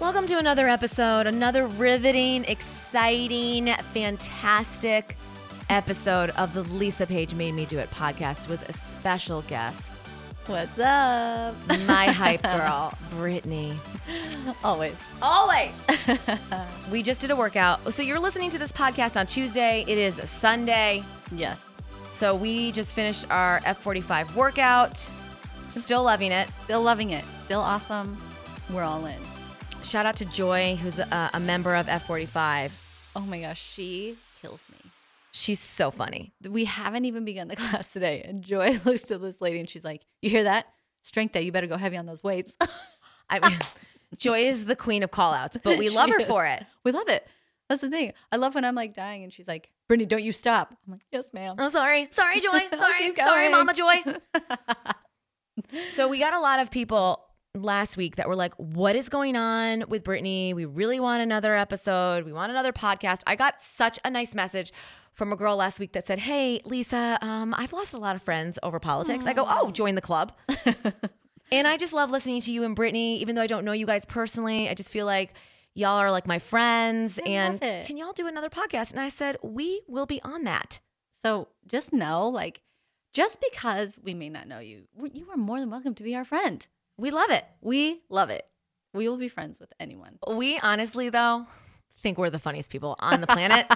Welcome to another episode, another riveting, exciting, fantastic episode of the Lisa Page Made Me Do It podcast with a special guest, What's up? my hype girl, Brittany. Always. Always. we just did a workout. So you're listening to this podcast on Tuesday. It is Sunday. Yes. So we just finished our F45 workout. Still loving it. Still loving it. Still awesome. We're all in. Shout out to Joy, who's a, a member of F45. Oh my gosh, she kills me. She's so funny. We haven't even begun the class today. And Joy looks at this lady and she's like, You hear that? Strength day. You better go heavy on those weights. I mean, Joy is the queen of call outs, but we love She her is. for it. we love it. That's the thing. I love when I'm like dying and she's like, Brittany, don't you stop. I'm like, Yes, ma'am. Oh, sorry. Sorry, Joy. I'll Sorry. keep Sorry, going. Mama Joy. So we got a lot of people last week that were like, what is going on with Brittany? We really want another episode. We want another podcast. I got such a nice message from a girl last week that said, Hey, Lisa, um, I've lost a lot of friends over politics. I go, Oh, join the club. and I just love listening to you and Brittany, even though I don't know you guys personally. I just feel like y'all are like my friends. I and love it. can y'all do another podcast? And I said, We will be on that. So just know, like, just because we may not know you, you are more than welcome to be our friend. We love it. We love it. We will be friends with anyone. We honestly, though, think we're the funniest people on the planet.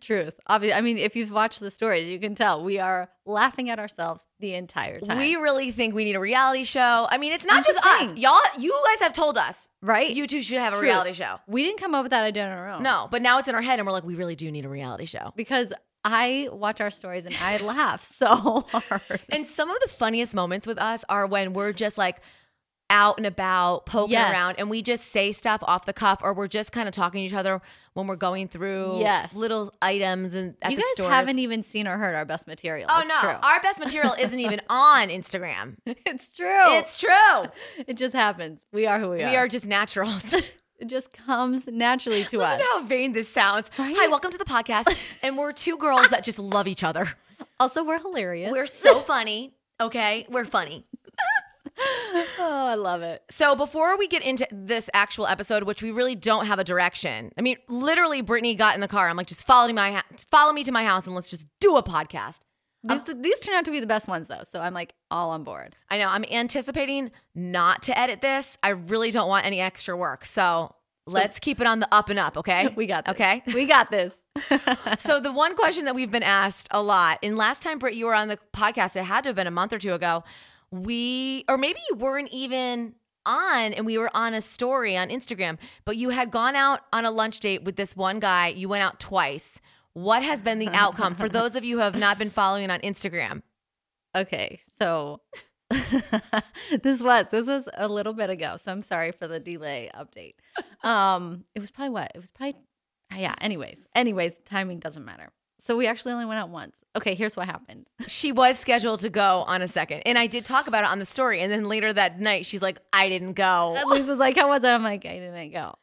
Truth. Obvi- I mean, if you've watched the stories, you can tell we are laughing at ourselves the entire time. We really think we need a reality show. I mean, it's not just us. Interesting. Y'all, you guys have told us right? you two should have a True. Oh. reality show. we didn't come up with that idea on our own. No, but now it's in our head, and we're like, we really do need a reality show. Because I watch our stories and I laugh so hard. And some of the funniest moments with us are when we're just like out and about, poking Yes. around, and we just say stuff off the cuff, or we're just kind of talking to each other when we're going through Yes. little items and at you the guys stores. haven't even seen or heard our best material. Oh it's no, True. our best material isn't even on Instagram. it's true. It's true. it just happens. We are who we, We are just naturals. It just comes naturally to Listen us. to how vain this sounds. Right? Hi, welcome to the podcast. and we're two girls that just love each other. Also, we're hilarious. We're so funny. Okay, we're funny. oh, I love it. So before we get into this actual episode, which we really don't have a direction, I mean, literally, Brittany got in the car. I'm like, just follow my ha- follow me to my house, and let's just do a podcast. These, these turn out to be the best ones though, so I'm like all on board. I know I'm anticipating not to edit this. I really don't want any extra work. So let's keep it on the up and up. Okay, We got this. Okay, We got this. So the one question that we've been asked a lot, and last time Britt, you were on the podcast, it had to have been a month or two ago. We, or maybe you weren't even on, and we were on a story on Instagram, but you had gone out on a lunch date with this one guy. You went out twice. What has been the outcome for those of you who have not been following on Instagram? okay, so this was this was a little bit ago, so I'm sorry for the delay update. Um, it was probably what it was probably. Yeah. Anyways, anyways, timing doesn't matter. So we actually only went out once. Okay, here's what happened. She was scheduled to go on a second, and I did talk about it on the story. And then later that night, she's like, "I didn't go." Lisa's like, "How was it?" I'm like, "I didn't go."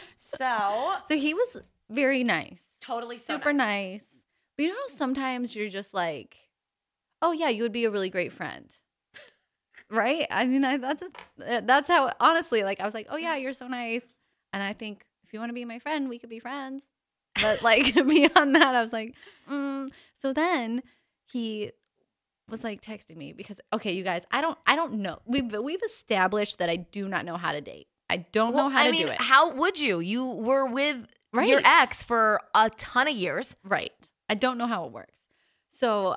So So he was very nice. Totally so super nice. But you know how sometimes you're just like, oh yeah, you would be a really great friend. right? I mean, I, that's a, eh, that's how honestly, like I was like, oh yeah, you're so nice. And I think if you want to be my friend, we could be friends. But like beyond that, I was like, mm. so then he was like texting me because okay, you guys, I don't I don't know. We've we've established that I do not know how to date. I don't know how I to mean, do it. How would you? You were with Right. your ex for a ton of years. Right. I don't know how it works. So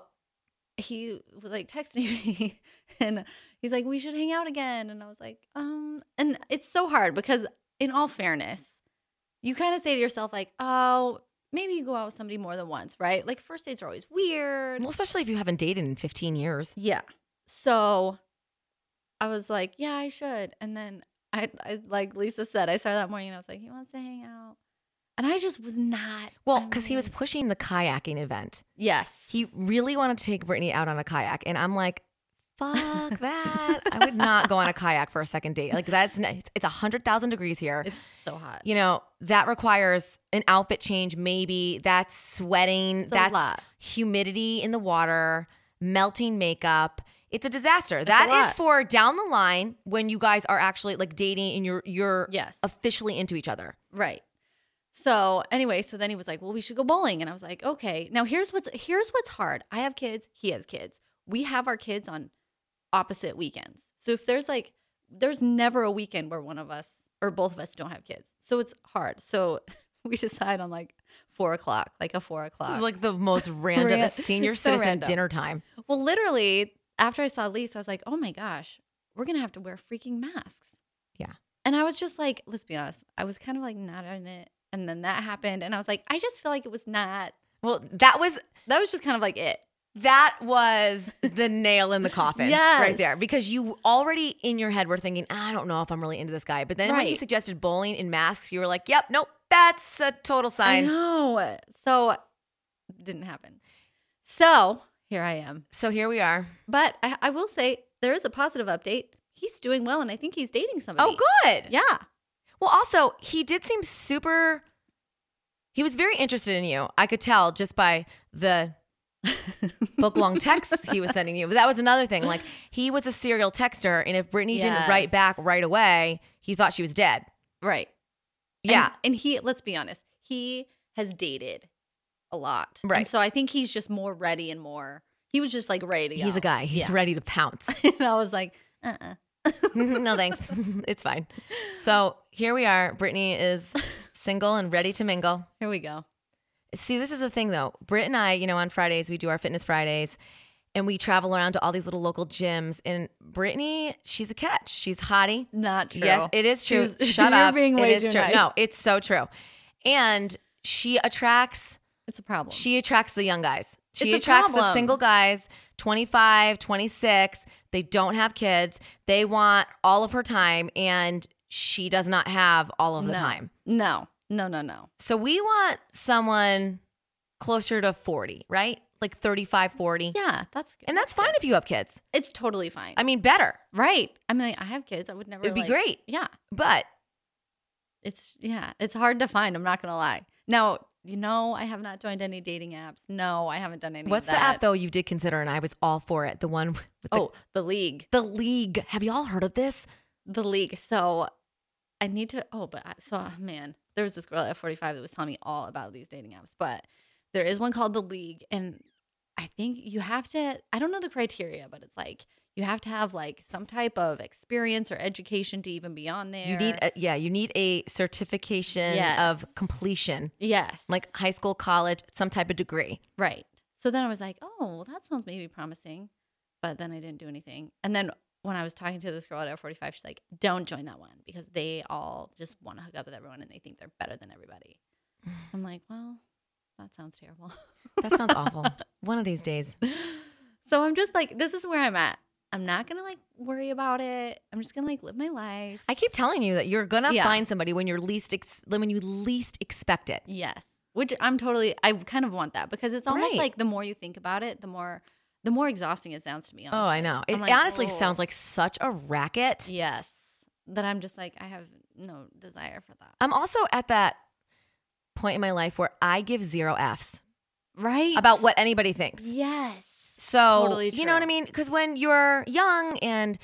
he was like texting me and he's like, we should hang out again. And I was like, um, and it's so hard because, in all fairness, you kind of say to yourself, like, oh, maybe you go out with somebody more than once, right? Like, first dates are always weird. Well, especially if you haven't dated in 15 years. Yeah. So I was like, yeah, I should. And then I, I like Lisa said, I started that morning and I was like, he wants to hang out. And I just was not. Well, I because he was mean, pushing the kayaking event. Yes. He really wanted to take Brittany out on a kayak. And I'm like, fuck that. I would not go on a kayak for a second date. Like, that's, n- it's, it's 100,000 degrees here. It's so hot. you know, that requires an outfit change, maybe. That's sweating. It's a that's lot. humidity in the water, melting makeup. It's a disaster. It's a That is lot. for down the line when you guys are actually like dating and you're you're Yes. officially into each other. Right. So anyway, so then he was like, "Well, we should go bowling," and I was like, "Okay." Now here's what's here's what's hard. I have kids. He has kids. We have our kids on opposite weekends. So if there's like, there's never a weekend where one of us or both of us don't have kids. So it's hard. So we decide on like four o'clock, like a four This o'clock. is like the most random Ran- senior so citizen random. dinner time. well, literally after I saw Lisa, I was like, "Oh my gosh, we're gonna have to wear freaking masks." Yeah. And I was just like, let's be honest, I was kind of like not on it. And then that happened, and I was like, I just feel like it was not Well, that was that was just kind of like it. that was the nail in the coffin right Yes. there because you already in your head were thinking i don't know if i'm really into this guy but then when he Right. suggested bowling in masks you were like yep nope that's a total I sign know. So didn't happen. So here I am. so here we are But I, I will say there is a positive update. He's doing well, and I think he's dating somebody. oh good Yeah. well also he did seem super he was very interested in you i could tell just by the book long texts he was sending you but that was another thing like he was a serial texter and if brittany didn't write Yes. back right away he thought she was dead right. And- yeah And, he, let's be honest, he has dated a lot. And Right. so I think he's just more ready and more. He was just like ready to he's a go. guy he's Yeah. ready to pounce and I was like, uh uh no thanks. it's fine. So here we are. Brittany is single and ready to mingle. Here we go. See, this is the thing though. Britt and I, you know, on Fridays we do our fitness Fridays and we travel around to all these little local gyms. And Brittany, she's a catch. She's hottie. Not true. Yes, it is true. She's- Shut you're up. being It way is too true. nice. No, it's so true. And she attracts It's a problem. she attracts the young guys. She It's a attracts the problem. single guys, 25, 26. They don't have kids. They want all of her time, and she does not have all of the No. time. no, no, no, no. So we want someone closer to 40, right? Like 35, 40. Mm-hmm. Yeah, that's good. And that's fine if you have kids. It's totally fine. I mean, better. Right. I mean, I have kids. I would never. It'd be like- great. Yeah. But It's yeah. It's hard to find. I'm not gonna lie. Now you know I have not joined any dating apps. No, I haven't done any. of what's the that. app, though, you did consider? And I was all for it. The one with the, Oh, the league. the league. Have you all heard of this? The league. So I need to. Oh, but I, so oh, man, there was this girl at 45 that was telling me all about these dating apps. But there is one called the league, and I think you have to. I don't know the criteria, but it's like you have to have like some type of experience or education to even be on there. You need, e, a, yeah, you need a certification Yes. of completion. yes, like high school, college, some type of degree. Right. So then I was like, oh, well, that sounds maybe promising. But then I didn't do anything. And then when I was talking to this girl at F45, she's like, don't join that one because they all just want to hook up with everyone and they think they're better than everybody. I'm like, well, that sounds terrible. That sounds awful. One of these days. so I'm just like, this is where I'm at. I'm not going to like worry about it. I'm just going to like live my life. I keep telling you that you're gonna Yeah. find somebody when you're least ex- when you least expect it. Yes. Which I'm totally, I kind of want that because it's almost Right. like the more you think about it, the more, the more exhausting it sounds to me. Oh, Honestly. I know. It I'm like, honestly oh. sounds like such a racket. Yes. That I'm just like, I have no desire for that. I'm also at that point in my life where I give zero f's Right. about what anybody thinks. Yes. So Totally you know what I true. mean? Because when you're young and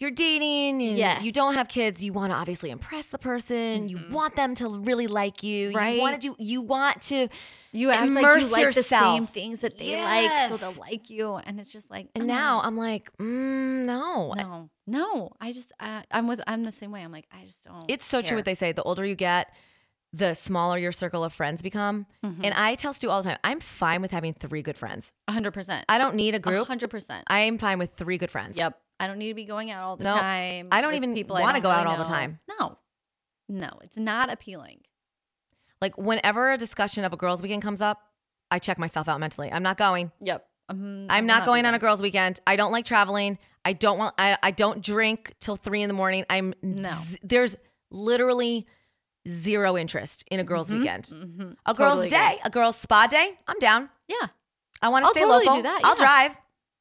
you're dating and Yes. you don't have kids, you want to obviously impress the person. Mhm. You want them to really like you. Right. You want to do. You want to You act like you Immerse like the same yourself. things that they like, so Yes. they'll like you. And it's just like And uh, now I'm like, mm, no. No. No. I just I, I'm with I'm the same way. I'm like, I just don't It's so true what they say. The older you get, the smaller your circle of friends become. Mm-hmm. And I tell Stu all the time, I'm fine with having three good friends. hundred percent. I don't need a group. hundred percent. I am fine with three good friends. Yep. I don't need to be going out all the No, time. I don't with even people I wanna don't go out really all the know. time. No. No, it's not appealing. Like whenever a discussion of a girls' weekend comes up, I check myself out mentally. I'm not going. Yep. Mhm, I I'm will not be going on a there. girls' weekend. I don't like traveling. I don't want. I, I don't drink till three in the morning. I'm No. there's literally zero interest in a girls' Mhm, weekend. mhm. A girls' Totally day, good. a girls' spa day. I'm down. Yeah. I want to I'll stay totally local. do that, I'll yeah.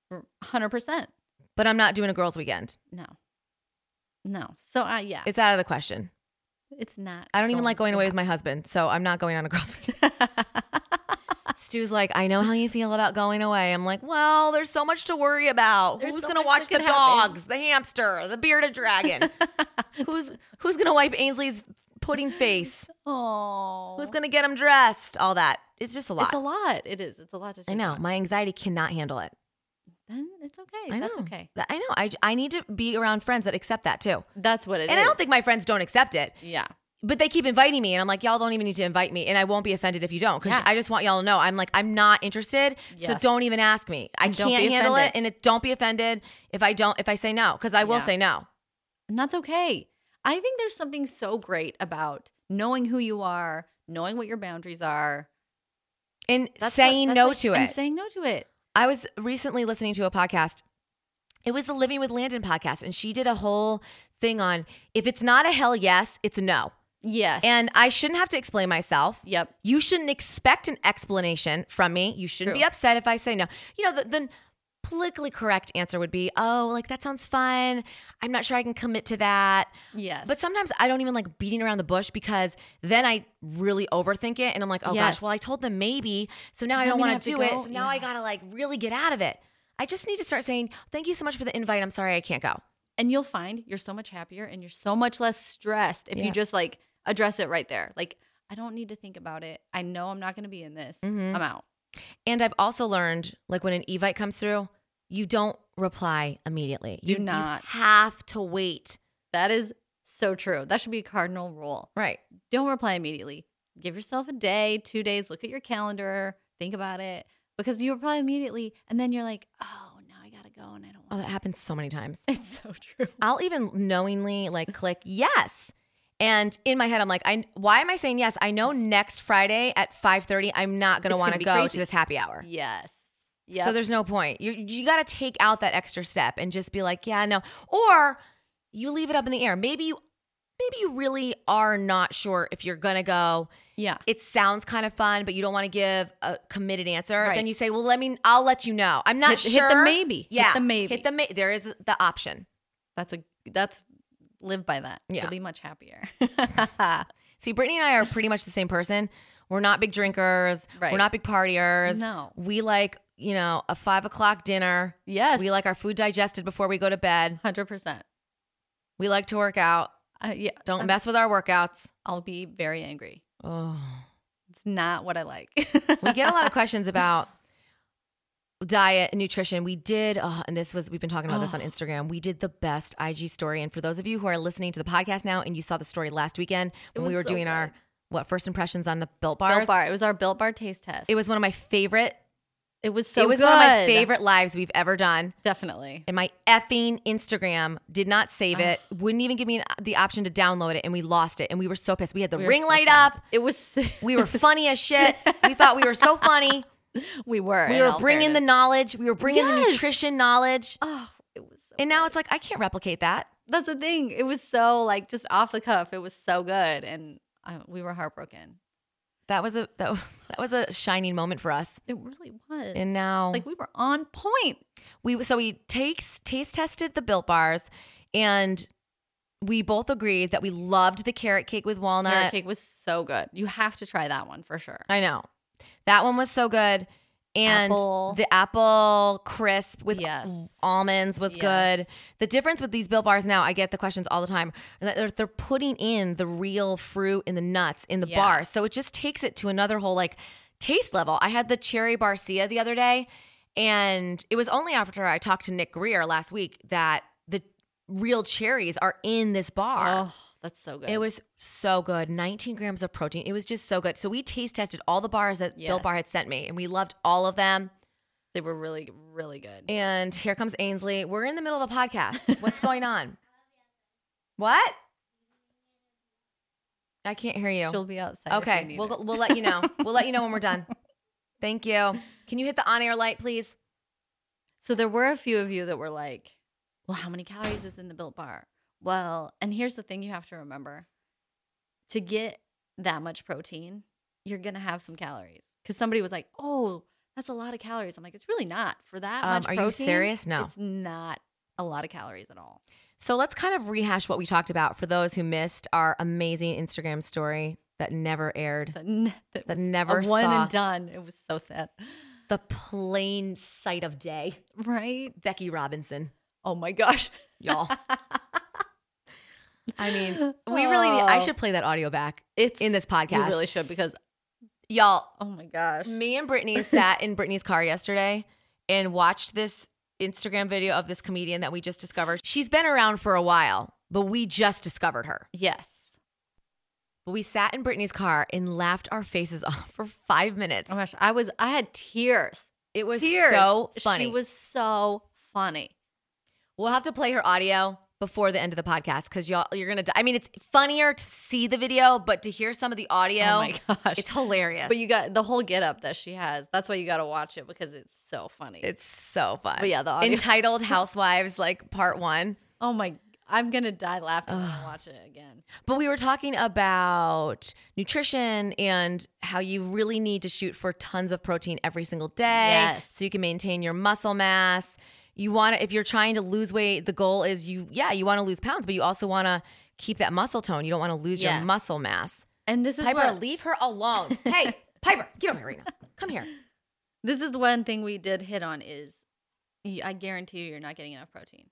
drive, Hundred percent. but I'm not doing a girls' weekend. No. No. So I yeah. It's out of the question. It's not. I don't even like going away with my husband, so I'm not going on a girls' weekend. my. Stu's like, I know how you feel about going away. I'm like, well, there's so much to worry about. There's who's so gonna much watch that the could happen." dogs, the hamster, the bearded dragon? who's who's gonna wipe Ainsley's pudding face? Oh, Who's gonna get him dressed? All that. It's just a lot. It's a lot. It is. It's a lot to take. I know. on. My anxiety cannot handle it. Then it's okay. I know. That's okay. That- I know. I, I need to be around friends that accept that too. That's what it is. and I don't think my friends don't accept it, Yeah. but they keep inviting me. And I'm like, y'all don't even need to invite me. And I won't be offended if you don't. Cause Yeah. I just want y'all to know I'm like, I'm not interested. So Yes. don't even ask me. I And don't can't be handle it. offended. And it, don't be offended if I don't, if I say no, cause I will Yeah. say no. And that's okay. I think there's something so great about knowing who you are, knowing what your boundaries are, And That's what- saying that's no like- to it. And saying no to it. I was recently listening to a podcast. It was the Living with Landon podcast. And she did a whole thing on if it's not a hell yes, it's a no. Yes. And I shouldn't have to explain myself. yep. You shouldn't expect an explanation from me. You shouldn't True. be upset if I say no. You know, the, the politically correct answer would be, oh, like that sounds fun. I'm not sure I can commit to that. Yes. But sometimes I don't even like beating around the bush because then I really overthink it and I'm like, oh gosh, Yes. well, I told them maybe. So now I Does don't that mean I want have to to do it. go? So now I Yeah. got to like really get out of it. I just need to start saying, thank you so much for the invite. I'm sorry I can't go. and you'll find you're so much happier and you're so much less stressed if Yeah. you just like address it right there. Like, I don't need to think about it. I know I'm not going to be in this. Mhm. I'm out. And I've also learned, like when an evite comes through, you don't reply immediately. Do you, you not. have to wait. That is so true. That should be a cardinal rule. Right. Don't reply immediately. Give yourself a day, two days, look at your calendar, think about it because you reply immediately and then you're like, oh, now I got to go and I don't Oh, want that happens so many times. It's so true. I'll even knowingly like click yes. And in my head, I'm like, I why am I saying yes? I know next Friday at 5:30, I'm not gonna It's gonna want to be go crazy. to this happy hour. Yes. So Yeah. there's no point. You you got to take out that extra step and just be like, yeah, no. Or you leave it up in the air. Maybe you maybe you really are not sure if you're gonna go. yeah. It sounds kind of fun, but you don't want to give a committed answer. Right. Then you say, well, let me. I'll let you know. I'm not hit, sure. hit the maybe. Yeah, Hit the maybe. Hit the ma- There is the option. That's a that's live by that. Yeah. You'll be much happier. See, Brittany and I are pretty much the same person. We're not big drinkers. Right. We're not big partiers. no. We like, you know, a five o'clock dinner. Yes. We like our food digested before we go to bed. hundred percent. We like to work out. Uh, yeah. Don't I'm- mess with our workouts. I'll be very angry. Oh. It's not what I like. We get a lot of questions about diet and nutrition. We did, oh, and this was, we've been talking about this on Oh. Instagram. We did the best IG story. And for those of you who are listening to the podcast now and you saw the story last weekend It when we was were so doing our, good. what, first impressions on the Built Bars? Built bar. It was our built bar taste test. It was one of my favorite it was so it was good. one of my favorite lives we've ever done. Definitely. And my effing Instagram did not save it, wouldn't even give me an- the option to download it, and we lost it. And we were so pissed. We had the We were ring so light sad. up. It was We were funny as shit. We thought we were so funny. we were. We in were all bringing the fairness. knowledge. We were bringing the Yes. nutrition knowledge. Oh, it was so And now it's like I can't replicate that. that's the thing. It was so like just off the cuff. It was so good. And I, we were heartbroken. That was a that, was- that was a shining moment for us. It really was. And now it's like we were on point. we so we takes taste tested the built bars, and we both agreed that we loved the carrot cake with walnut. Carrot cake was so good. You have to try that one for sure. I know. That one was so good. And Apple. the apple crisp with Yes. almonds was good. Yes. The difference with these Bill bars now, I get the questions all the time that they're, they're putting in the real fruit and the nuts in the Yeah. bar. So it just takes it to another whole like taste level. I had the cherry barcia the other day, and it was only after I talked to Nick Greer last week that the real cherries are in this bar. Oh, that's so good. It was so good. 19 grams of protein. It was just so good. So we taste tested all the bars that Bill Yes. Bar had sent me, and we loved all of them. they were really, really good. And here comes Ainsley. We're in the middle of a podcast. What's going on? What? I can't hear you. She'll be outside. if you okay, need we'll her. we'll let you know. We'll let you know when we're done. Thank you. Can you hit the on air light, please? So there were a few of you that were like, "Well, how many calories is in the built bar?" Well, and here's the thing you have to remember: to get that much protein, you're gonna have some calories. Because somebody was like, "Oh, that's a lot of calories." I'm like, "It's really not for that Um, much." are you protein, serious? No. it's not a lot of calories at all. So let's kind of rehash what we talked about for those who missed our amazing Instagram story that never aired. That, ne- that, That was never a one saw- and done. It was so sad. The plain sight of day. Right? Becky Robinson, Oh my gosh. y'all. I mean, we really need, I Oh. should play that audio back It's in this You podcast. really should because y'all, oh my gosh. me and Brittany sat in Brittany's car yesterday and watched this Instagram video of this comedian that we just discovered. She's been around for a while, but we just discovered her. Yes. But we sat in Brittany's car and laughed our faces off for five minutes. Oh my gosh. I was I had tears. It was tears. so funny. She was so funny. we'll have to play her audio before the end of the podcast because y'all you're gonna. Die. I mean, it's funnier to see the video, but to hear some of the audio, oh my gosh. it's hilarious. but you got the whole get up that she has. That's why you got to watch it because it's so funny. it's so fun. but yeah, the audio. Entitled Housewives, like part one. oh my I'm going to die laughing when I Ugh. watch it again. But we were talking about nutrition and how you really need to shoot for tons of protein every single day Yes. so you can maintain your muscle mass. You want to if you're trying to lose weight, the goal is you yeah, you want to lose pounds, but you also want to keep that muscle tone. You don't want to lose your Yes. muscle mass. And this is Piper, where- leave her alone. hey, Piper, get over here right now. Come here. this is the one thing we did hit on is y- I guarantee you you're not getting enough protein.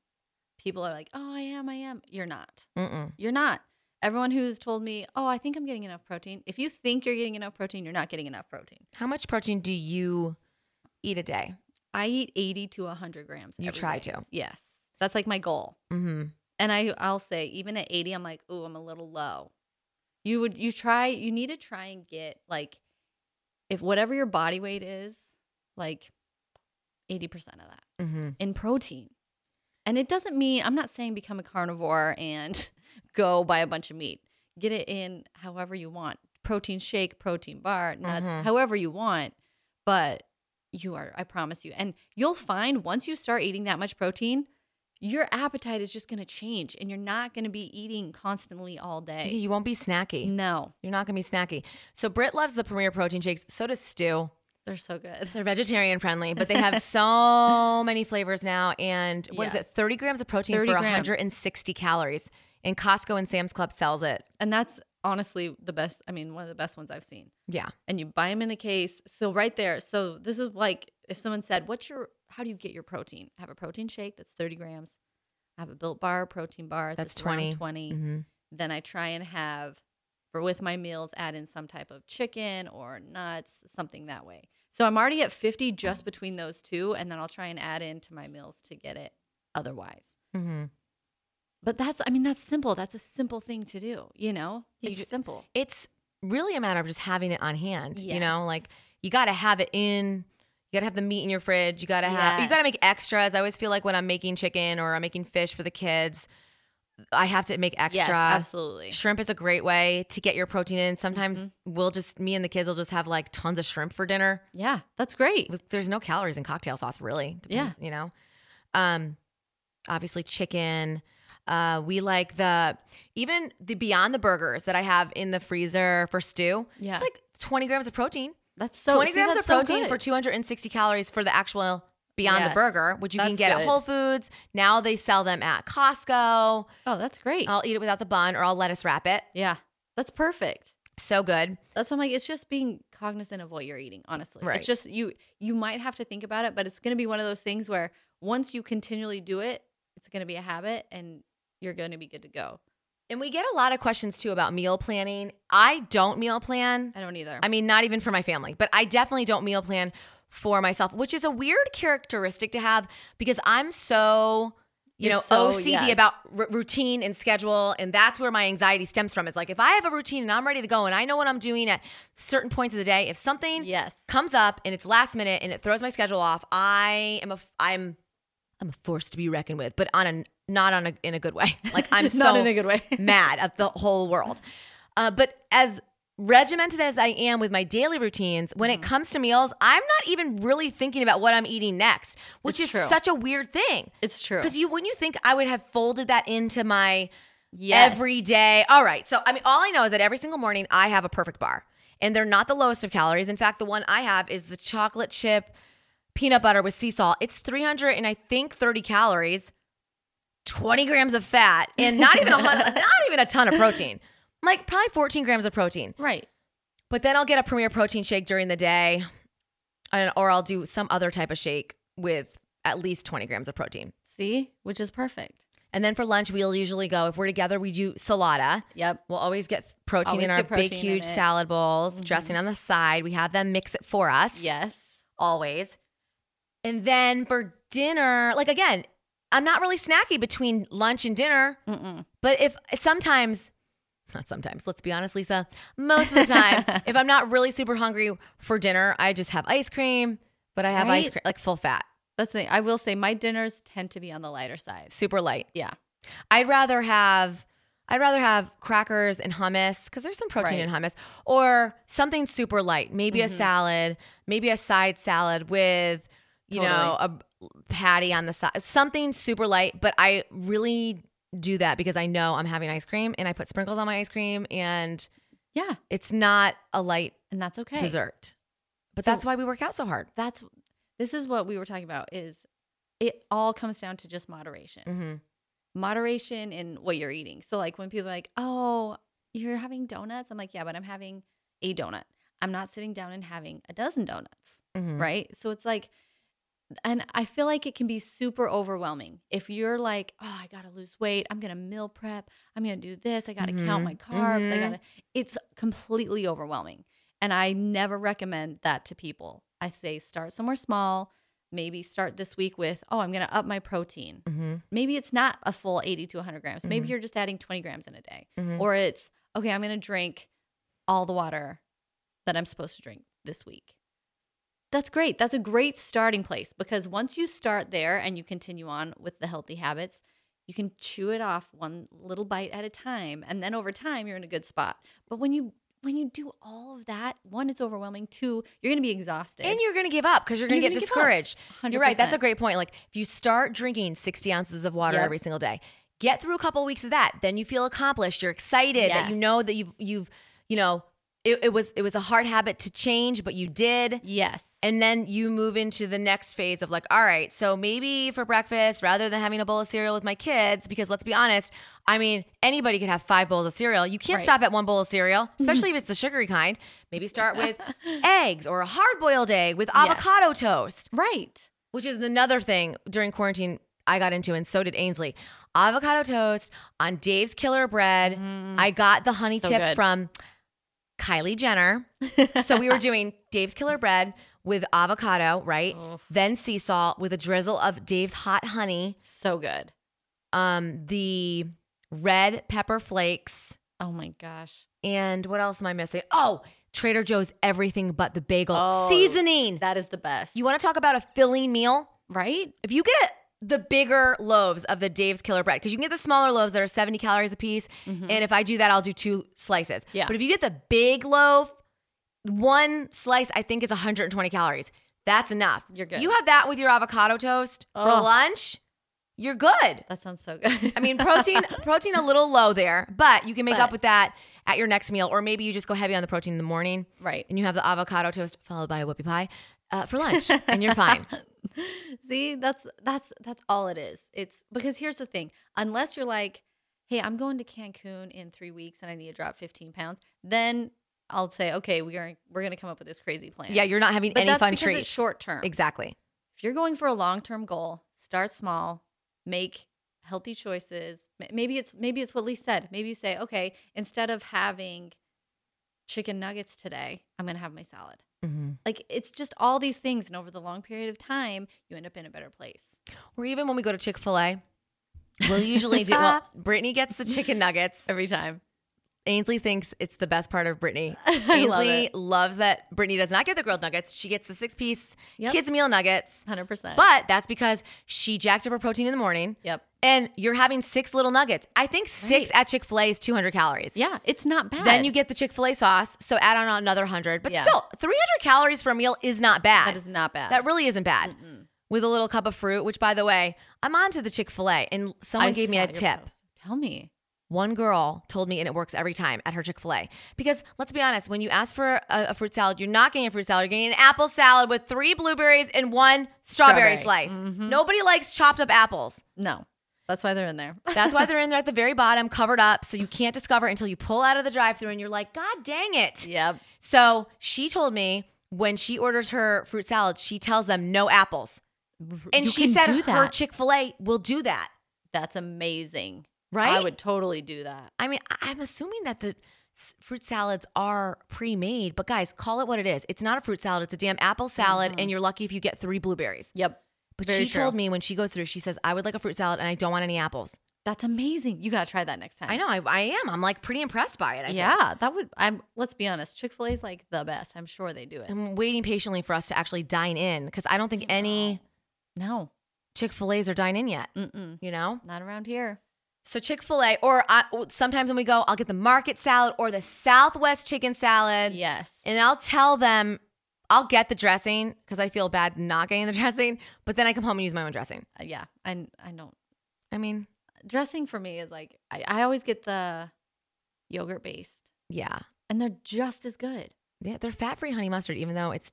People are like, "Oh, I am, I am." You're not. Mm-mm. You're not. Everyone who's told me, "Oh, I think I'm getting enough protein." If you think you're getting enough protein, you're not getting enough protein. How much protein do you eat a day? I eat 80 to 100 grams. You every try day. to. Yes. That's like my goal. Mhm. And I I'll say even at 80, I'm like, "Ooh, I'm a little low." You would you try you need to try and get like if whatever your body weight is, like 80% of that. Mhm. in protein. And it doesn't mean, I'm not saying become a carnivore and go buy a bunch of meat. Get it in however you want protein shake, protein bar, nuts, Mhm. however you want. But you are, I promise you. And you'll find once you start eating that much protein, your appetite is just going to change and you're not going to be eating constantly all day. You won't be snacky. No, You're not gonna be snacky. So Britt loves the Premier Protein shakes. So does Stu. they're so good. They're vegetarian friendly, but they have so many flavors now. And what is Yes. it? 30 grams of protein for 30 grams. 160 calories. And Costco and Sam's Club sells it. And that's honestly the best, I mean, one of the best ones I've seen. Yeah. and you buy them in the case. So right there, so this is like if someone said, "What's your? How do you get your protein? I have a protein shake that's thirty grams. I have a Built Bar protein bar That's 20. around 20. hmm Then I try and have for with my meals add in some type of chicken or nuts, something that way. So I'm already at fifty just between those two, and then I'll try and add into my meals to get it otherwise. hmm But that's, I mean, that's simple. That's a simple thing to do. You know, You it's ju- simple. It's really a matter of just having it on hand. You know, Yes. like you got to have it in. You got to have the meat in your fridge. You got to have, you got to make Yes. extras. I always feel like when I'm making chicken or I'm making fish for the kids, I have to make extra. Yes, absolutely. Shrimp is a great way to get your protein in. Sometimes Mhm. we'll just me and the kids will just have like tons of shrimp for dinner. Yeah, that's great. With, there's no calories in cocktail sauce, really. yeah, you know. Um, obviously chicken. Uh, we like the even the Beyond the Burgers that I have in the freezer for stew. Yeah. It's like 20 grams of protein. That's so 20 see, grams of that's so protein good. for 260 calories for the actual Beyond the Yes. Burger, which you can That's get at good. Whole Foods. Now they sell them at Costco. Oh, that's great. I'll eat it without the bun, or I'll lettuce wrap it. yeah, that's perfect. So good. That's I'm like it's just being cognizant of what you're eating. Honestly, Right. it's just you you might have to think about it, but it's going to be one of those things where once you continually do it, it's going to be a habit, and you're going to be good to go. And we get a lot of questions too about meal planning. I don't meal plan. I don't either. I mean, not even for my family, but I definitely don't meal plan for myself, which is a weird characteristic to have because I'm so, you You're know, so- OCD yes. about r- routine and schedule. And that's where my anxiety stems from. Is like, if I have a routine and I'm ready to go and I know what I'm doing at certain points of the day, if something yes, comes up and it's last minute and it throws my schedule off, I am a, f- I'm, I'm a force to be reckoned with, but on a, not on a, in a good way. Like I'm so not in a good way. mad at the whole world. Uh, but as regimented as I am with my daily routines, when Mm-hmm. it comes to meals, I'm not even really thinking about what I'm eating next, which It's is true. such a weird thing. it's true. Because you, when you think I would have folded that into my Yes. every day. All right. So, I mean, all I know is that every single morning I have a perfect bar, and they're not the lowest of calories. In fact, the one I have is the chocolate chip peanut butter with sea salt. It's 300 and I think 30 calories, 20 grams of fat, and not even a hun- not even a ton of protein. like probably 14 grams of protein. Right. But then I'll get a premier protein shake during the day, and, or I'll do some other type of shake with at least 20 grams of protein. See, which is perfect. And then for lunch, we'll usually go, if we're together, we do salada. Yep. We'll always get protein Always in our get protein big, in huge it. Mm-hmm. salad bowls, dressing on the side. We have them mix it for us. Yes. Always. And then for dinner, like again, I'm not really snacky between lunch and dinner, Mm-mm. but if sometimes, not sometimes, let's be honest, Lisa, most of the time, if I'm not really super hungry for dinner, I just have ice cream, but I have ice Right? cream, like full fat, That's the thing. I will say my dinners tend to be on the lighter side. super light. Yeah. I'd rather have I'd rather have crackers and hummus because there's some protein in hummus or something super light, maybe Mm-hmm. a salad, maybe a side salad with you know a patty on the side, something super light. But I really do that because I know I'm having ice cream and I put sprinkles on my ice cream and Yeah. it's not a light And that's okay. dessert. But So- that's why we work out so hard. That's this is what we were talking about is it all comes down to just moderation. hmm moderation in what you're eating. So like when people are like, "Oh, you're having donuts," I'm like, "Yeah, but I'm having a donut. I'm not sitting down and having a dozen donuts." hmm Right? So it's like and I feel like it can be super overwhelming if you're like, "Oh, I got to lose weight. I'm going to meal prep. I'm going to do this. I got to count Mhm. my carbs. I Mhm. got to." It's completely overwhelming. And I never recommend that to people. I say start somewhere small. Maybe start this week with, "Oh, I'm going to up my protein." hmm maybe it's not a full 80 to 100 grams. Maybe Mhm. you're just adding 20 grams in a day. Mhm. Or it's, okay, I'm going to drink all the water that I'm supposed to drink this week. That's great. That's a great starting place because once you start there and you continue on with the healthy habits, you can chew it off one little bite at a time and then over time you're in a good spot. But when you when you do all of that, one it's overwhelming, two you're going to be exhausted. And you're gonna give up because you're gonna And you're get gonna give up. discouraged. you are right. That's a 100%. great point. Like if you start drinking 60 ounces of water Yep. every single day, get through a couple weeks of that, then you feel accomplished. You're excited that you Yes. know that you've you've you know it, it was it was a hard habit to change, but you did. Yes. And then you move into the next phase of like, all right, so maybe for breakfast, rather than having a bowl of cereal with my kids, because let's be honest, I mean, anybody could have five bowls of cereal. You can't Right. stop at one bowl of cereal, especially if it's the sugary kind. Maybe start with eggs or a hard boiled egg with Yes. avocado toast right. which is another thing during quarantine I got into, and so did Ainsley. Avocado toast on Dave's Killer Bread. Mm. I got the honey Mm-hmm. So tip good. from Kylie Jenner. so we were doing Dave's Killer Bread with avocado, right? Oof. Then sea salt with a drizzle of Dave's hot honey, So good. um, the red pepper flakes, Oh my gosh. and what else am I missing? Oh, Trader Joe's everything but the bagel Oh, seasoning. That is the best. You want to talk about a filling meal? right? if you get a, the bigger loaves of the Dave's Killer Bread, because you can get the smaller loaves that are 70 calories a piece. Mm-hmm. And if I do that, I'll do two slices. Yeah. But if you get the big loaf, one slice I think is 120 calories. That's enough. You're good. You have that with your avocado toast for Ugh. lunch, you're good. that sounds so good. I mean, protein protein a little low there, but you can make up But- with that at your next meal, or maybe you just go heavy on the protein in the morning right. and you have the avocado toast followed by a whoopie pie uh, for lunch, and you're fine. See, that's that's that's all it is. It's because here's the thing. Unless you're like, hey, I'm going to Cancun in three weeks and I need to drop 15 pounds, then I'll say, okay, we are we're gonna come up with this crazy plan. Yeah, you're not having but any that's fun because treats. it's short term. Exactly. If you're going for a long term goal, start small, make healthy choices. M- Maybe it's maybe it's what Lee said. Maybe you say, okay, instead of having chicken nuggets today, I'm gonna have my salad. Like it's just all these things, and over the long period of time, you end up in a better place. Or even when we go to Chick fil A, we'll usually do. Well, Brittany gets the chicken nuggets. Every time, Ainsley thinks it's the best part of Brittany. I love Ainsley it. loves that Brittany does not get the grilled nuggets. She gets the six piece Yep. kids' meal nuggets. hundred percent. But that's because she jacked up her protein in the morning yep, and you're having six little nuggets. I think six Right. at Chick fil A is 200 calories. yeah, it's not bad. Then you get the Chick fil A sauce. So add on another 100. But Yeah. still, 300 calories for a meal is not bad. that is not bad. That really isn't bad. With a little cup of fruit, which by the way, I'm on to the Chick fil A, and someone I gave me saw a your tip. post. Tell me, One girl told me, and it works every time at her Chick fil A. Because let's be honest, when you ask for a, a fruit salad, you're not getting a fruit salad. You're getting an apple salad with three blueberries and one strawberry, Strawberry. slice. Mhm. Nobody likes chopped up apples. no, That's why they're in there. That's why they're in there at the very bottom, covered up, so you can't discover until you pull out of the drive-through and you're like, God dang it. Yep. So she told me when she orders her fruit salad, she tells them no apples. And You she can said do her that. Chick-fil-A will do that. That's amazing. Right? I would totally do that. I mean, I- I'm assuming that the s- fruit salads are pre-made, but guys, call it what it is. It's not a fruit salad; it's a damn apple salad, and you're lucky if you get three blueberries. Yep. But Mm. Very she told true. me when she goes through, she says, "I would like a fruit salad, and I don't want any apples." That's amazing. You gotta try that next time. I know, I, I am. I'm like pretty impressed by it. I think. yeah, that would. I'm. Let's be honest. Chick Fil A is like the best. I'm sure they do it. I'm waiting patiently for us to actually dine in because I don't think any No, Chick Fil A's are dine in yet. Mm-mm. You know, not around here. so Chick Fil A, or I, sometimes when we go, I'll get the market salad or the Southwest chicken salad. Yes. And I'll tell them, I'll get the dressing because I feel bad not getting the dressing, but then I come home and use my own dressing. Uh, yeah. I I don't I mean, dressing for me is like I, I always get the yogurt based, yeah. and they're just as good. yeah they're fat free honey mustard, even though it's,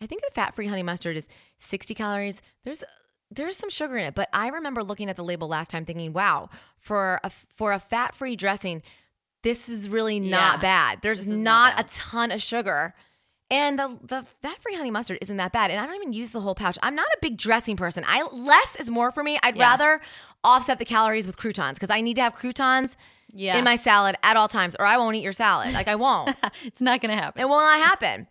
I think the fat free honey mustard is 60 calories. There's, there's some sugar in it, but I remember looking at the label last time thinking, wow, for a, for a fat free dressing, this is really not Yeah. bad. There's This is not, not bad. a ton of sugar. And the, the fat free honey mustard isn't that bad. And I don't even use the whole pouch. I'm not a big dressing person. I less is more for me. I'd Yeah. rather offset the calories with croutons because I need to have croutons Yeah. in my salad at all times, or I won't eat your salad. Like I won't. it's not gonna happen. it will not happen.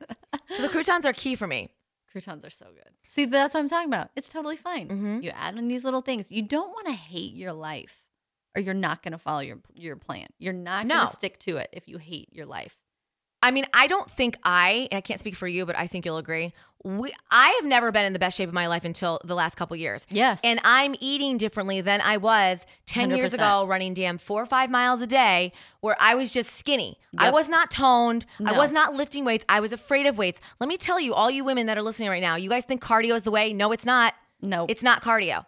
So the croutons are key for me. Croutons are so good. See, but that's what I'm talking about. It's totally fine. Mhm. You add in these little things. You don't want to hate your life, or you're not going to follow your your plan. You're not going No. to stick to it if you hate your life. I mean, I don't think I, and I can't speak for you, but I think you'll agree. We, I have never been in the best shape of my life until the last couple years. Yes, And I'm eating differently than I was 10 years 100%. ago, running damn four or five miles a day, where I was just skinny. I Yep. was not toned. I No. was not lifting weights. I was afraid of weights. Let me tell you, all you women that are listening right now, you guys think cardio is the way. No, it's not. no, it's It's not cardio.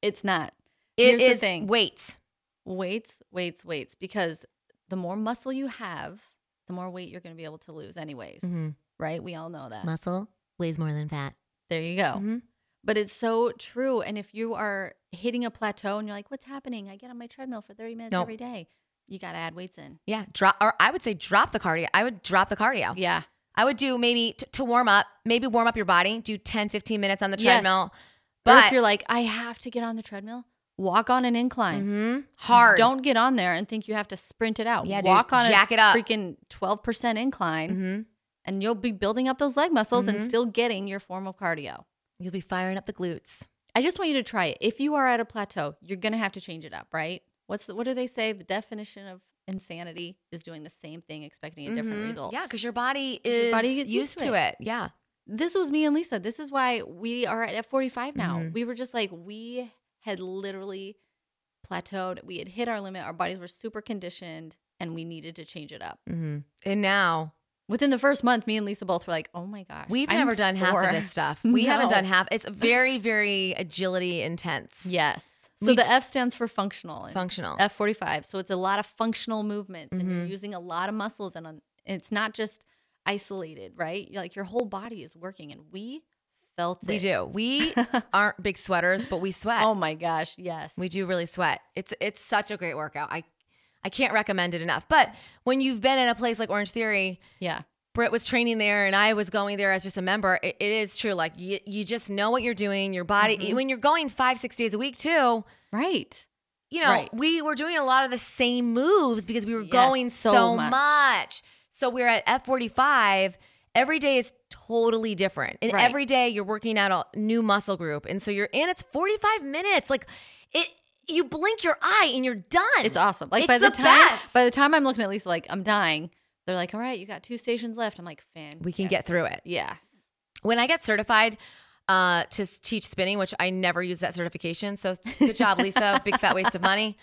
it's not. It is Here's the thing. weights. Weights, weights, weights. Because the more muscle you have, the more weight you're going to be able to lose, anyways. Right? We all know that. Muscle weighs more than fat. There you go. But it's so true. And if you are hitting a plateau and you're like, "What's happening? I get on my treadmill for 30 minutes Nope. every day." You got to add weights in. Yeah, drop. Or I would say drop the cardio. I would drop the cardio. Yeah. I would do maybe t- to warm up, maybe warm up your body, do 10, 15 minutes on the Yes. treadmill. But But if you're like, I have to get on the treadmill, walk on an incline. Mhm. hard. Don't get on there and think you have to sprint it out. Yeah, dude, walk on jack a it up. freaking 12% incline Mhm. and you'll be building up those leg muscles Mhm. and still getting your form of cardio. You'll be firing up the glutes. I just want you to try it. If you are at a plateau, you're going to have to change it up, right? What's the, what do they say? The definition of insanity is doing the same thing expecting a different Mhm. result. Yeah, because your body 'Cause is your body gets used, used to to it. Yeah. This was me and Lisa. This is why we are at 45 now. Mhm. We were just like we had literally plateaued. We had hit our limit. Our bodies were super conditioned and we needed to change it up. Mm-hmm. And now Within the first month, me and Lisa both were like, "Oh my gosh, we've I'm never done half sore." of this stuff. We haven't No. done half. It's very, very agility intense. Yes. So We the t- F stands for functional. and Functional. F45. So it's a lot of functional movements and you're Mhm. using a lot of muscles and um, it's not just isolated, right? You're Like your whole body is working and we felt we it. do. We aren't big sweaters, but we sweat. oh my gosh, yes. We do really sweat. It's it's such a great workout. I I can't recommend it enough. But when you've been in a place like Orange Theory, Yeah. Britt was training there and I was going there as just a member. It, it is true. Like you, you just know what you're doing. Your body, Mhm. when you're going five, six days a week too, Right. you know, Right. we were doing a lot of the same moves because we were Yes, going so, so much. much. So we're at F45. Every day is totally different. And Right. every day you're working out a new muscle group. And so you're in, it's 45 minutes. Like it, you blink your eye and you're done. It's awesome. Like It's by the, the time best. by the time I'm looking at Lisa like I'm dying, they're like, "All right, you got two stations left." I'm like, "Fan." We can get through it. Yes. When I get certified uh, to s- teach spinning, which I never use that certification. So good job, Lisa. Big fat waste of money.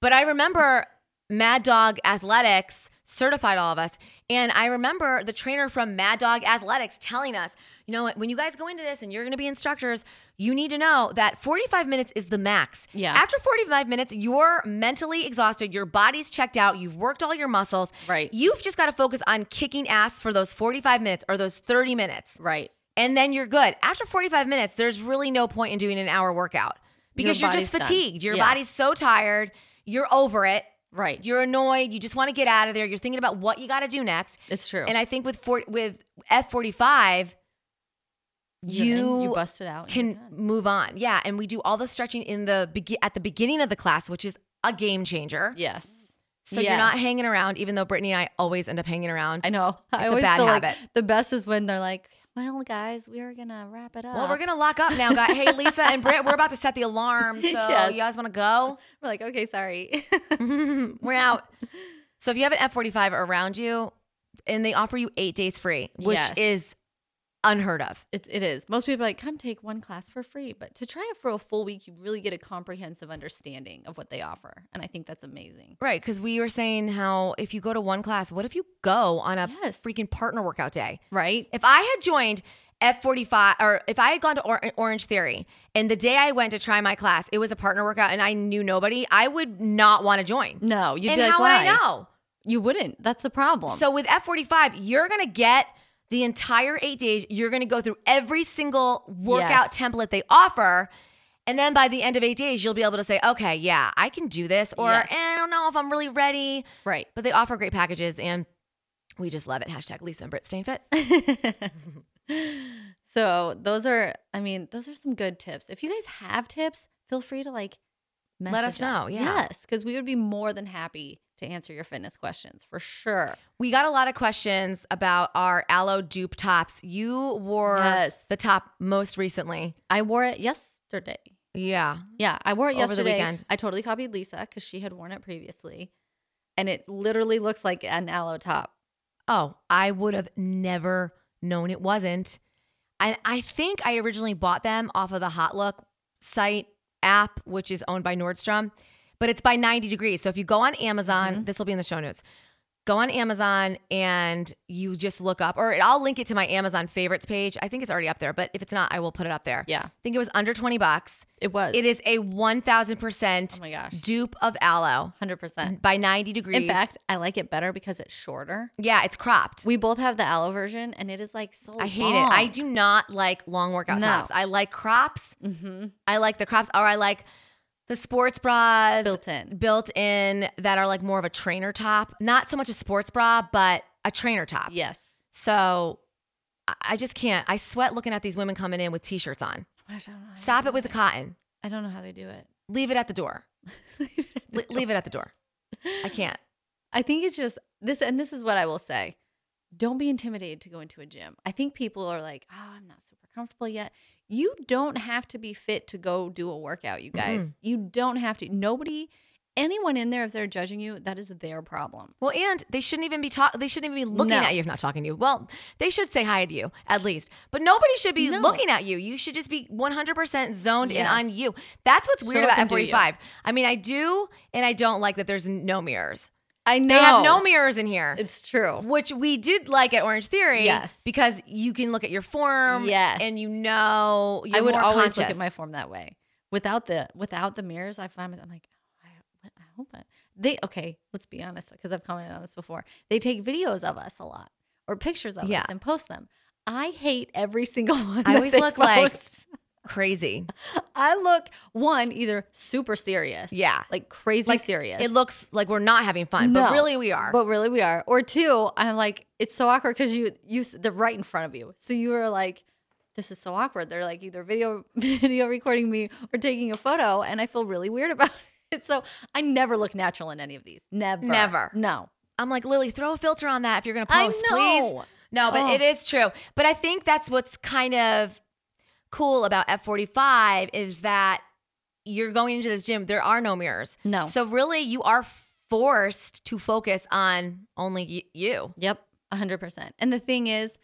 But I remember Mad Dog Athletics certified all of us. And I remember the trainer from Mad Dog Athletics telling us, you know, what, when you guys go into this and you're going to be instructors, you need to know that 45 minutes is the max. Yeah. After 45 minutes, you're mentally exhausted, your body's checked out, you've worked all your muscles. Right. You've just got to focus on kicking ass for those 45 minutes or those 30 minutes Right. and then you're good. After 45 minutes, there's really no point in doing an hour workout because you're just body's done. fatigued. Your Yeah. body's so tired. You're over it. Right. You're annoyed. You just want to get out of there. You're thinking about what you got to do next. it's true. And I think with four with F45, You're in, you you bust it out. and you're can done. move on. Yeah, and we do all the stretching in the begi- at the beginning of the class, which is a game changer. Yes. So you're not Yes. hanging around, even though Brittany and I always end up hanging around. I know. It's I a always bad feel habit. Like the best is when they're like, "Well, guys, we are gonna wrap it up." well, we're gonna lock up now, guys. Hey, Lisa and Britt, we're about to set the alarm. So Yes. you guys want to go? We're like, okay, sorry. we're out. So if you have an F45 around you, and they offer you eight days free, which Yes. is unheard of. it, it is. Most people are like, come take one class for free, but to try it for a full week, you really get a comprehensive understanding of what they offer, and I think that's amazing. Right, because we were saying how if you go to one class, what if you go on a Yes. freaking partner workout day? Right. If I had joined F45 or if I had gone to or- Orange Theory and the day I went to try my class, it was a partner workout and I knew nobody, I would not want to join. No, you'd and be like, how why? would I know? You wouldn't. That's the problem. So with F45, you're going to get the entire eight days. You're going to go through every single workout Yes. template they offer. And then by the end of eight days, you'll be able to say, okay, yeah, I can do this. Or Yes. "Eh, I don't know if I'm really ready. right. But they offer great packages and we just love it. Hashtag Lisa and Britt Stainfit. so those are, I mean, those are some good tips. If you guys have tips, feel free to like message Let us know, yeah. Yes, because we would be more than happy to answer your fitness questions for sure. We got a lot of questions about our aloe dupe tops. You wore Yes. the top most recently. I wore it yesterday. Yeah. Yeah, I wore it Over the yesterday. weekend. I totally copied Lisa because she had worn it previously, and it literally looks like an aloe top. Oh, I would have never known it wasn't. And I think I originally bought them off of the Hot Look site app, which is owned by Nordstrom, but it's by 90 degrees. So if you go on Amazon, Mhm. this will be in the show notes. Go on Amazon and you just look up, or I'll link it to my Amazon favorites page. I think it's already up there, but if it's not, I will put it up there. Yeah, I think it was under 20 bucks. it was. It is a Oh 1000% my gosh, dupe of aloe hundred percent. by 90 degrees. In fact, I like it better because it's shorter. yeah, it's cropped. We both have the aloe version, and it is like so. I hate it. I do not like long workout No. tops. I like crops. hmm I like the crops, or I like the sports bras built in. built in that are like more of a trainer top. Not so much a sports bra, but a trainer top. Yes. So I- I just can't. I sweat looking at these women coming in with t shirts on. Oh Stop it with the cotton. I don't know how they do it. Leave it at the door. Le- leave it at the door. I can't. I think it's just this, and this is what I will say. Don't be intimidated to go into a gym. I think people are like, oh, I'm not super comfortable yet. You don't have to be fit to go do a workout, you guys. You don't have to. Nobody, anyone in there, if they're judging you, that is their problem. Well, and they shouldn't even be talk. They shouldn't even be looking No. at you if not talking to you. Well, they should say hi to you at least, but nobody should be No. looking at you. You should just be 100% zoned in on Yes. you. That's what's weird Show up about and do you. F45. I mean, I do and I don't like that there's no mirrors. I know. They have no mirrors in here. It's true. which we did like at Orange Theory, Yes. because you can look at your form, Yes. and you know you're I would more always conscious. look at my form that way. Without the without the mirrors, I find I'm like, oh, I, what- I hope I, they okay. Let's be honest, because I've commented on this before. They take videos of us a lot or pictures of Yeah. us and post them. I hate every single one. I that always they look like- post. crazy. I look one either super serious, Yeah. like crazy Like, serious. It looks like we're not having fun, but No. really we are. but really we are. Or two, I'm like, it's so awkward because you you they're right in front of you, so you are like, this is so awkward. They're like either video video recording me or taking a photo, and I feel really weird about it. So I never look natural in any of these. Never, Never. No, I'm like Lily, throw a filter on that if you're gonna I post, please. know. No, but Oh. it is true. But I think that's what's kind of cool about F45 is that you're going into this gym, there are no mirrors. No. So really you are forced to focus on only y- you. Yep, 100%. And the thing is,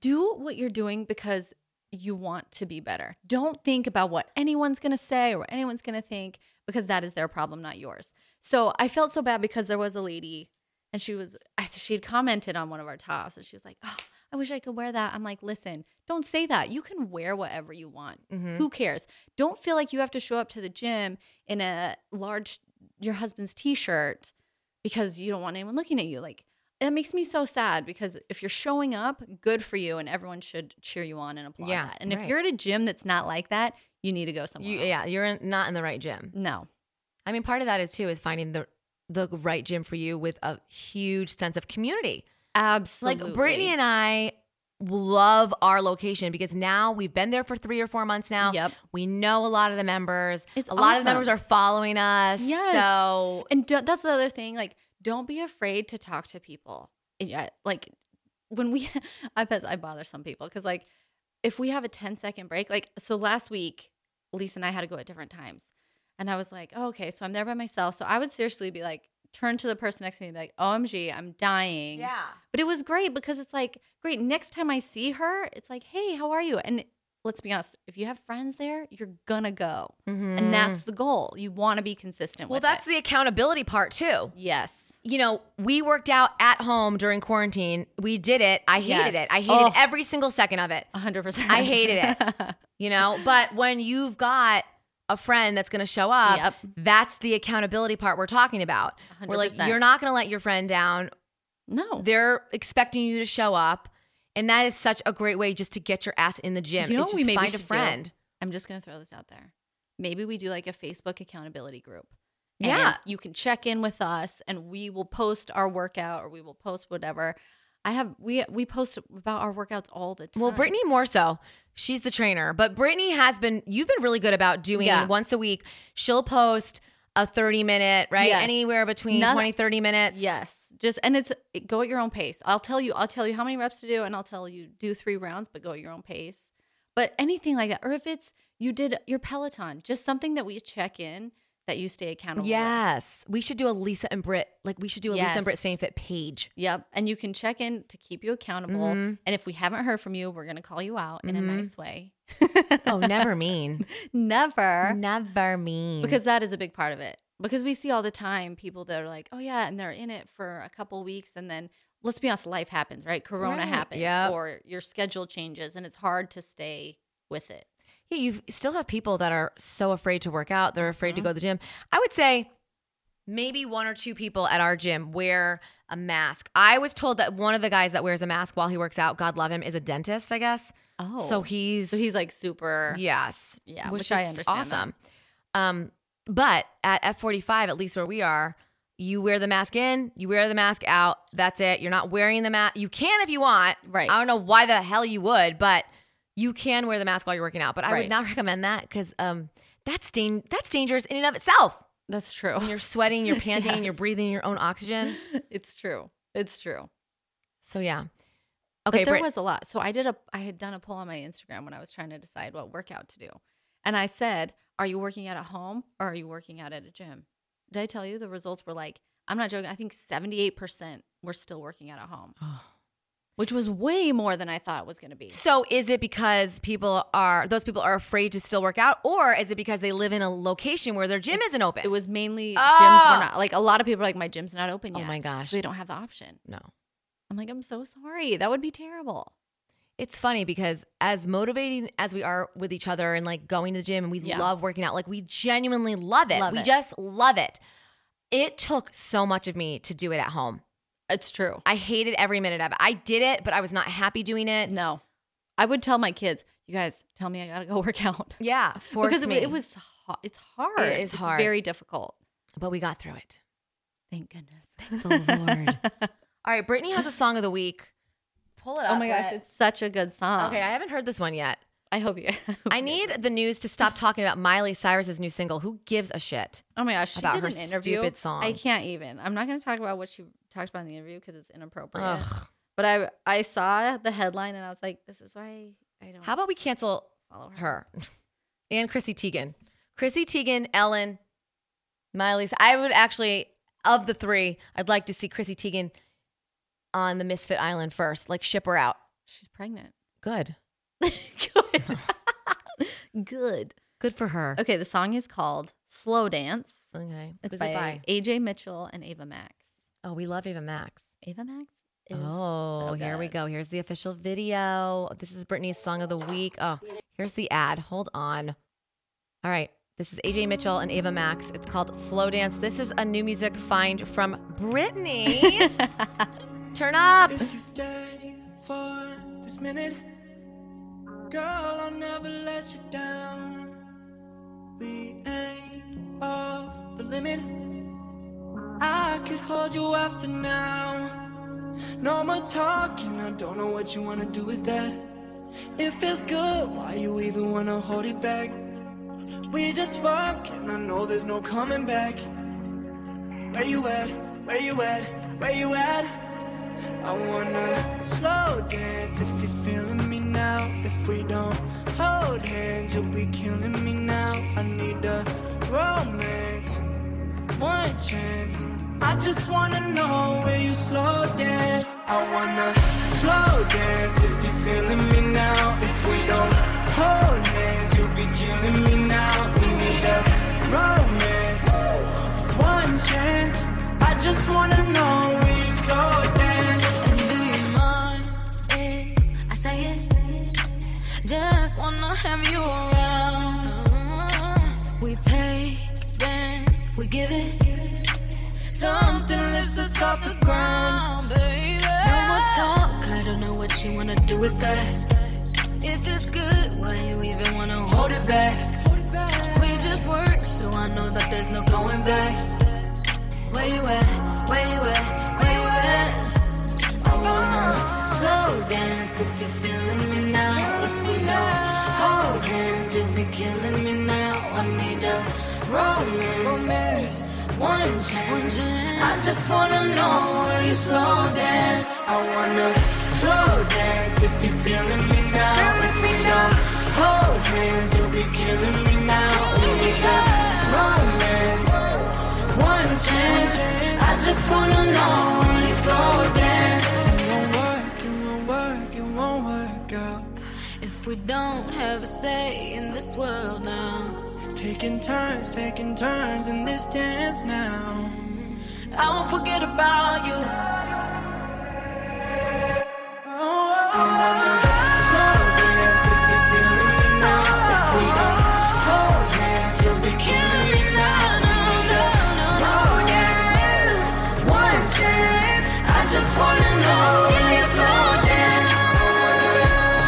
do what you're doing because you want to be better. Don't think about what anyone's going to say or what anyone's going to think because that is their problem, not yours. So I felt so bad because there was a lady and she was, I, she had commented on one of our tops and she was like, oh, I wish I could wear that. I'm like, listen, don't say that. You can wear whatever you want. Mhm. Who cares? Don't feel like you have to show up to the gym in a large your husband's t-shirt because you don't want anyone looking at you. Like that makes me so sad because if you're showing up, good for you and everyone should cheer you on and applaud Yeah, that. And right. if you're at a gym that's not like that, you need to go somewhere. You, else. yeah, you're in, not in the right gym. no. I mean, part of that is too is finding the the right gym for you with a huge sense of community. Absolutely. Like Brittany and I love our location because now we've been there for three or four months now. Yep. We know a lot of the members. It's a lot of the awesome. members are following us. Yes. So And do that's the other thing. Like, don't be afraid to talk to people. And yet, like, when we, I bet I bother some people because, like, if we have a 10 second break, like, so last week, Lisa and I had to go at different times. And I was like, oh, okay, so I'm there by myself. So I would seriously be like, turn to the person next to me and be like, OMG, I'm dying. But it was great because it's like, great, next time I see her, it's like, hey, how are you? And let's be honest, if you have friends there, you're gonna go. Mhm. And that's the goal. You wanna be consistent well, with that's it. the accountability part too. Yes. You know, we worked out at home during quarantine. We did it. I hated Yes. it. I hated Oh. every single second of it. 100%. I hated it. You know, but when you've got a friend that's going to show up, Yep. that's the accountability part Uh, we're talking about. we are like, 100%. you're not going to let your friend down. no. They're expecting you to show up, and that is such a great way just to get your ass in the gym. You know is what we just maybe find a should do? friend. I'm just going to throw this out there. Maybe we do like a Facebook accountability group. And Yeah. you can check in with us and we will post our workout or we will post whatever. I have we we post about our workouts all the time. Well, Brittany more so. She's the trainer, but Brittany has been. You've been really good about doing Yeah. once a week. She'll post a thirty minute, right? Yes. Anywhere between Noth- twenty, thirty 20, 30 minutes. Yes. Just and it's it- go at your own pace. I'll tell you I'll tell you how many reps to do and I'll tell you do 3 rounds but go at your own pace. But anything like that or if it's you did your Peloton, just something that we check in that you stay accountable. with. Yes, we should do a Lisa and Brit. Like we should do a Lisa Yes. and Brit staying fit page. Yep. And you can check in to keep you accountable. Mhm. And if we haven't heard from you, we're going to call you out in Mhm. a nice way. Oh, never mean, Never. never mean. Because that is a big part of it. Because we see all the time people that are like, oh, yeah, and they're in it for a couple weeks. And then let's be honest, life happens, right? Corona Right. happens Yep. or your schedule changes and it's hard to stay with it. yeah, you still have people that are so afraid to work out. They're afraid to Mhm. go to the gym. I would say maybe one or two people at our gym wear a mask. I was told that one of the guys that wears a mask while he works out, God love him, is a dentist. I guess. Oh. So he's so he's like super. yes, Yeah, which I understand that. Awesome. Um, but at F forty five, at least where we are, you wear the mask in, you wear the mask out. That's it. You're not wearing the mask. You can if you want. Right. I don't know why the hell you would, but you can wear the mask while you're working out. But I would Right. not recommend that because um, that's dan- that's dangerous in and of itself. That's true. When you're sweating, you're panting, you're Yes. breathing your own oxygen. it's true. It's true. So yeah. Okay, but there Brit- was a lot. So I did a I had done a poll on my Instagram when I was trying to decide what workout to do. And I said, "Are you working out at home or are you working out at a gym?" Did I tell you the results were like, I'm not joking, I think 78% were still working out at home, which was way more than I thought it was going to be. So is it because people are those people are afraid to still work out, or is it because they live in a location where their gym isn't open? It was mainly gyms Oh. were not like a lot of people are like my gym's not open oh yet. my gosh, So they don't have the option. no. I'm like, "I'm so sorry. That would be terrible." It's funny because as motivating as we are with each other and like going to the gym and we Yeah. love working out, like we genuinely love it. Love we it. just love it. It took so much of me to do it at home. It's true. I hated every minute of it. I did it, but I was not happy doing it. No. I would tell my kids, "You guys, tell me I got to go work out." Yeah, forced because it, wa- me. it was ho- it's hard. It is It's hard. Very difficult. but we got through it. Thank goodness. the Lord. All right, Brittany has a song of the week. Pull it up. oh my gosh, Brit. it's such a good song. okay. I haven't heard this one yet. I hope you. I need the news to stop talking about Miley Cyrus's new single. Who gives a shit? Oh my gosh, she about did her an interview. stupid song. I can't even. I'm not going to talk about what she talked about in the interview because it's inappropriate. Ugh. But I I saw the headline and I was like, this is why I don't How about we cancel follow her. her and Chrissy Teigen? Chrissy Teigen, Ellen, Miley. Cy- I would actually, of the three, I'd like to see Chrissy Teigen on the Misfit Island first. Like ship her out. She's pregnant. Good. Good. Good. Good for her. Okay, the song is called Slow Dance. Okay. It's Who's it by AJ Mitchell and Ava Max. Oh, we love Ava Max. Ava Max is Oh, so here we good. go. Here's the official video. This is Britney's song of the week. Oh, here's the ad. Hold on. All right. This is AJ Mitchell and Ava Max. It's called Slow Dance. This is a new music find from Britney. Turn up. If you stay for this minute, girl, I'll never let you down. We ain't off the limit. I could hold you after now. No more talking, I don't know what you wanna do with that. It feels good, why you even wanna hold it back? We just walk, and I know there's no coming back. Where you at? Where you at? Where you at? I wanna slow dance if you're feeling me now. If we don't hold hands, you'll be killing me now. I need a romance, one chance. I just wanna know where you slow dance. I wanna slow dance if you're feeling me now. If we don't hold hands, you'll be killing me now. We need a romance one chance. I just wanna know when you slow dance. And do you mind if I say it? Just wanna have you around. We take, then we give it. Something lifts us off the ground. Come, baby. No more talk. I don't know what you wanna do with that. If it's good, why you even wanna Hold hold it it? back. Hold it back. We just work, so I know that there's no going Going back. back. Where you at? Where you at? Where you at? I wanna Slow dance if you're feeling me now. If we don't hold hands, you'll be killing me now. I need a romance. romance. One chance. I just wanna know where you slow dance. I wanna slow dance if you're feeling me now. If we don't hold hands, you'll be killing me now. We need that romance. One chance. I just wanna know where you slow dance. It won't work, it won't work, it won't work out. If we don't have a say in this world now, Taking turns, taking turns in this dance now. I won't forget about you. Slow dance if you're feeling me now. If we don't hold hands, you'll be killing me now. No, no, no, no, dance. One chance. I just wanna know will you slow dance?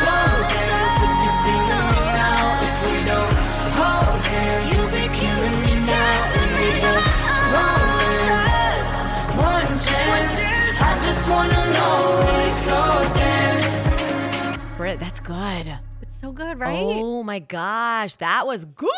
Slow dance if you're feeling me now. If we don't hold hands, you'll be killing me now. If we don't romance, one chance. I just wanna know will you slow dance? Britt, that's good. It's so good, right? Oh my gosh, that was good.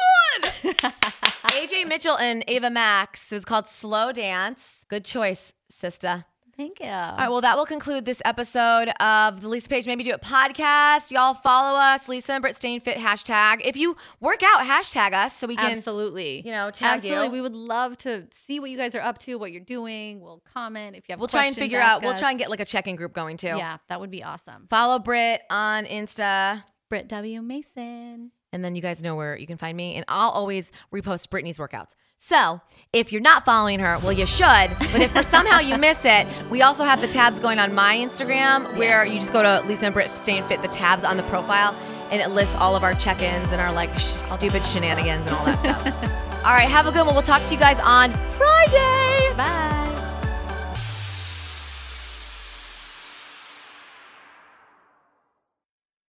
AJ Mitchell and Ava Max. It was called Slow Dance. Good choice, sister. Thank you. All right, well, that will conclude this episode of the Lisa Page Maybe Do It podcast. Y'all follow us, Lisa and Britt Stainfit hashtag. If you work out, hashtag us so we can. Absolutely. you know, tag Absolutely. you. We would love to see what you guys are up to, what you're doing. We'll comment if you have We'll try and questions, figure ask out. We'll try and us. get like a check in group going too. Yeah, that would be awesome. Follow Britt on Insta. Britt W. Mason. And then you guys know where you can find me, and I'll always repost Brittany's workouts. So if you're not following her, well, you should. But if for somehow you miss it, we also have the tabs going on my Instagram where you just go to Lisa and Britt Stay and Fit, the tabs on the profile, and it lists all of our check ins and our like sh- stupid shenanigans and all that stuff. all right, have a good one. We'll talk to you guys on Friday. Bye.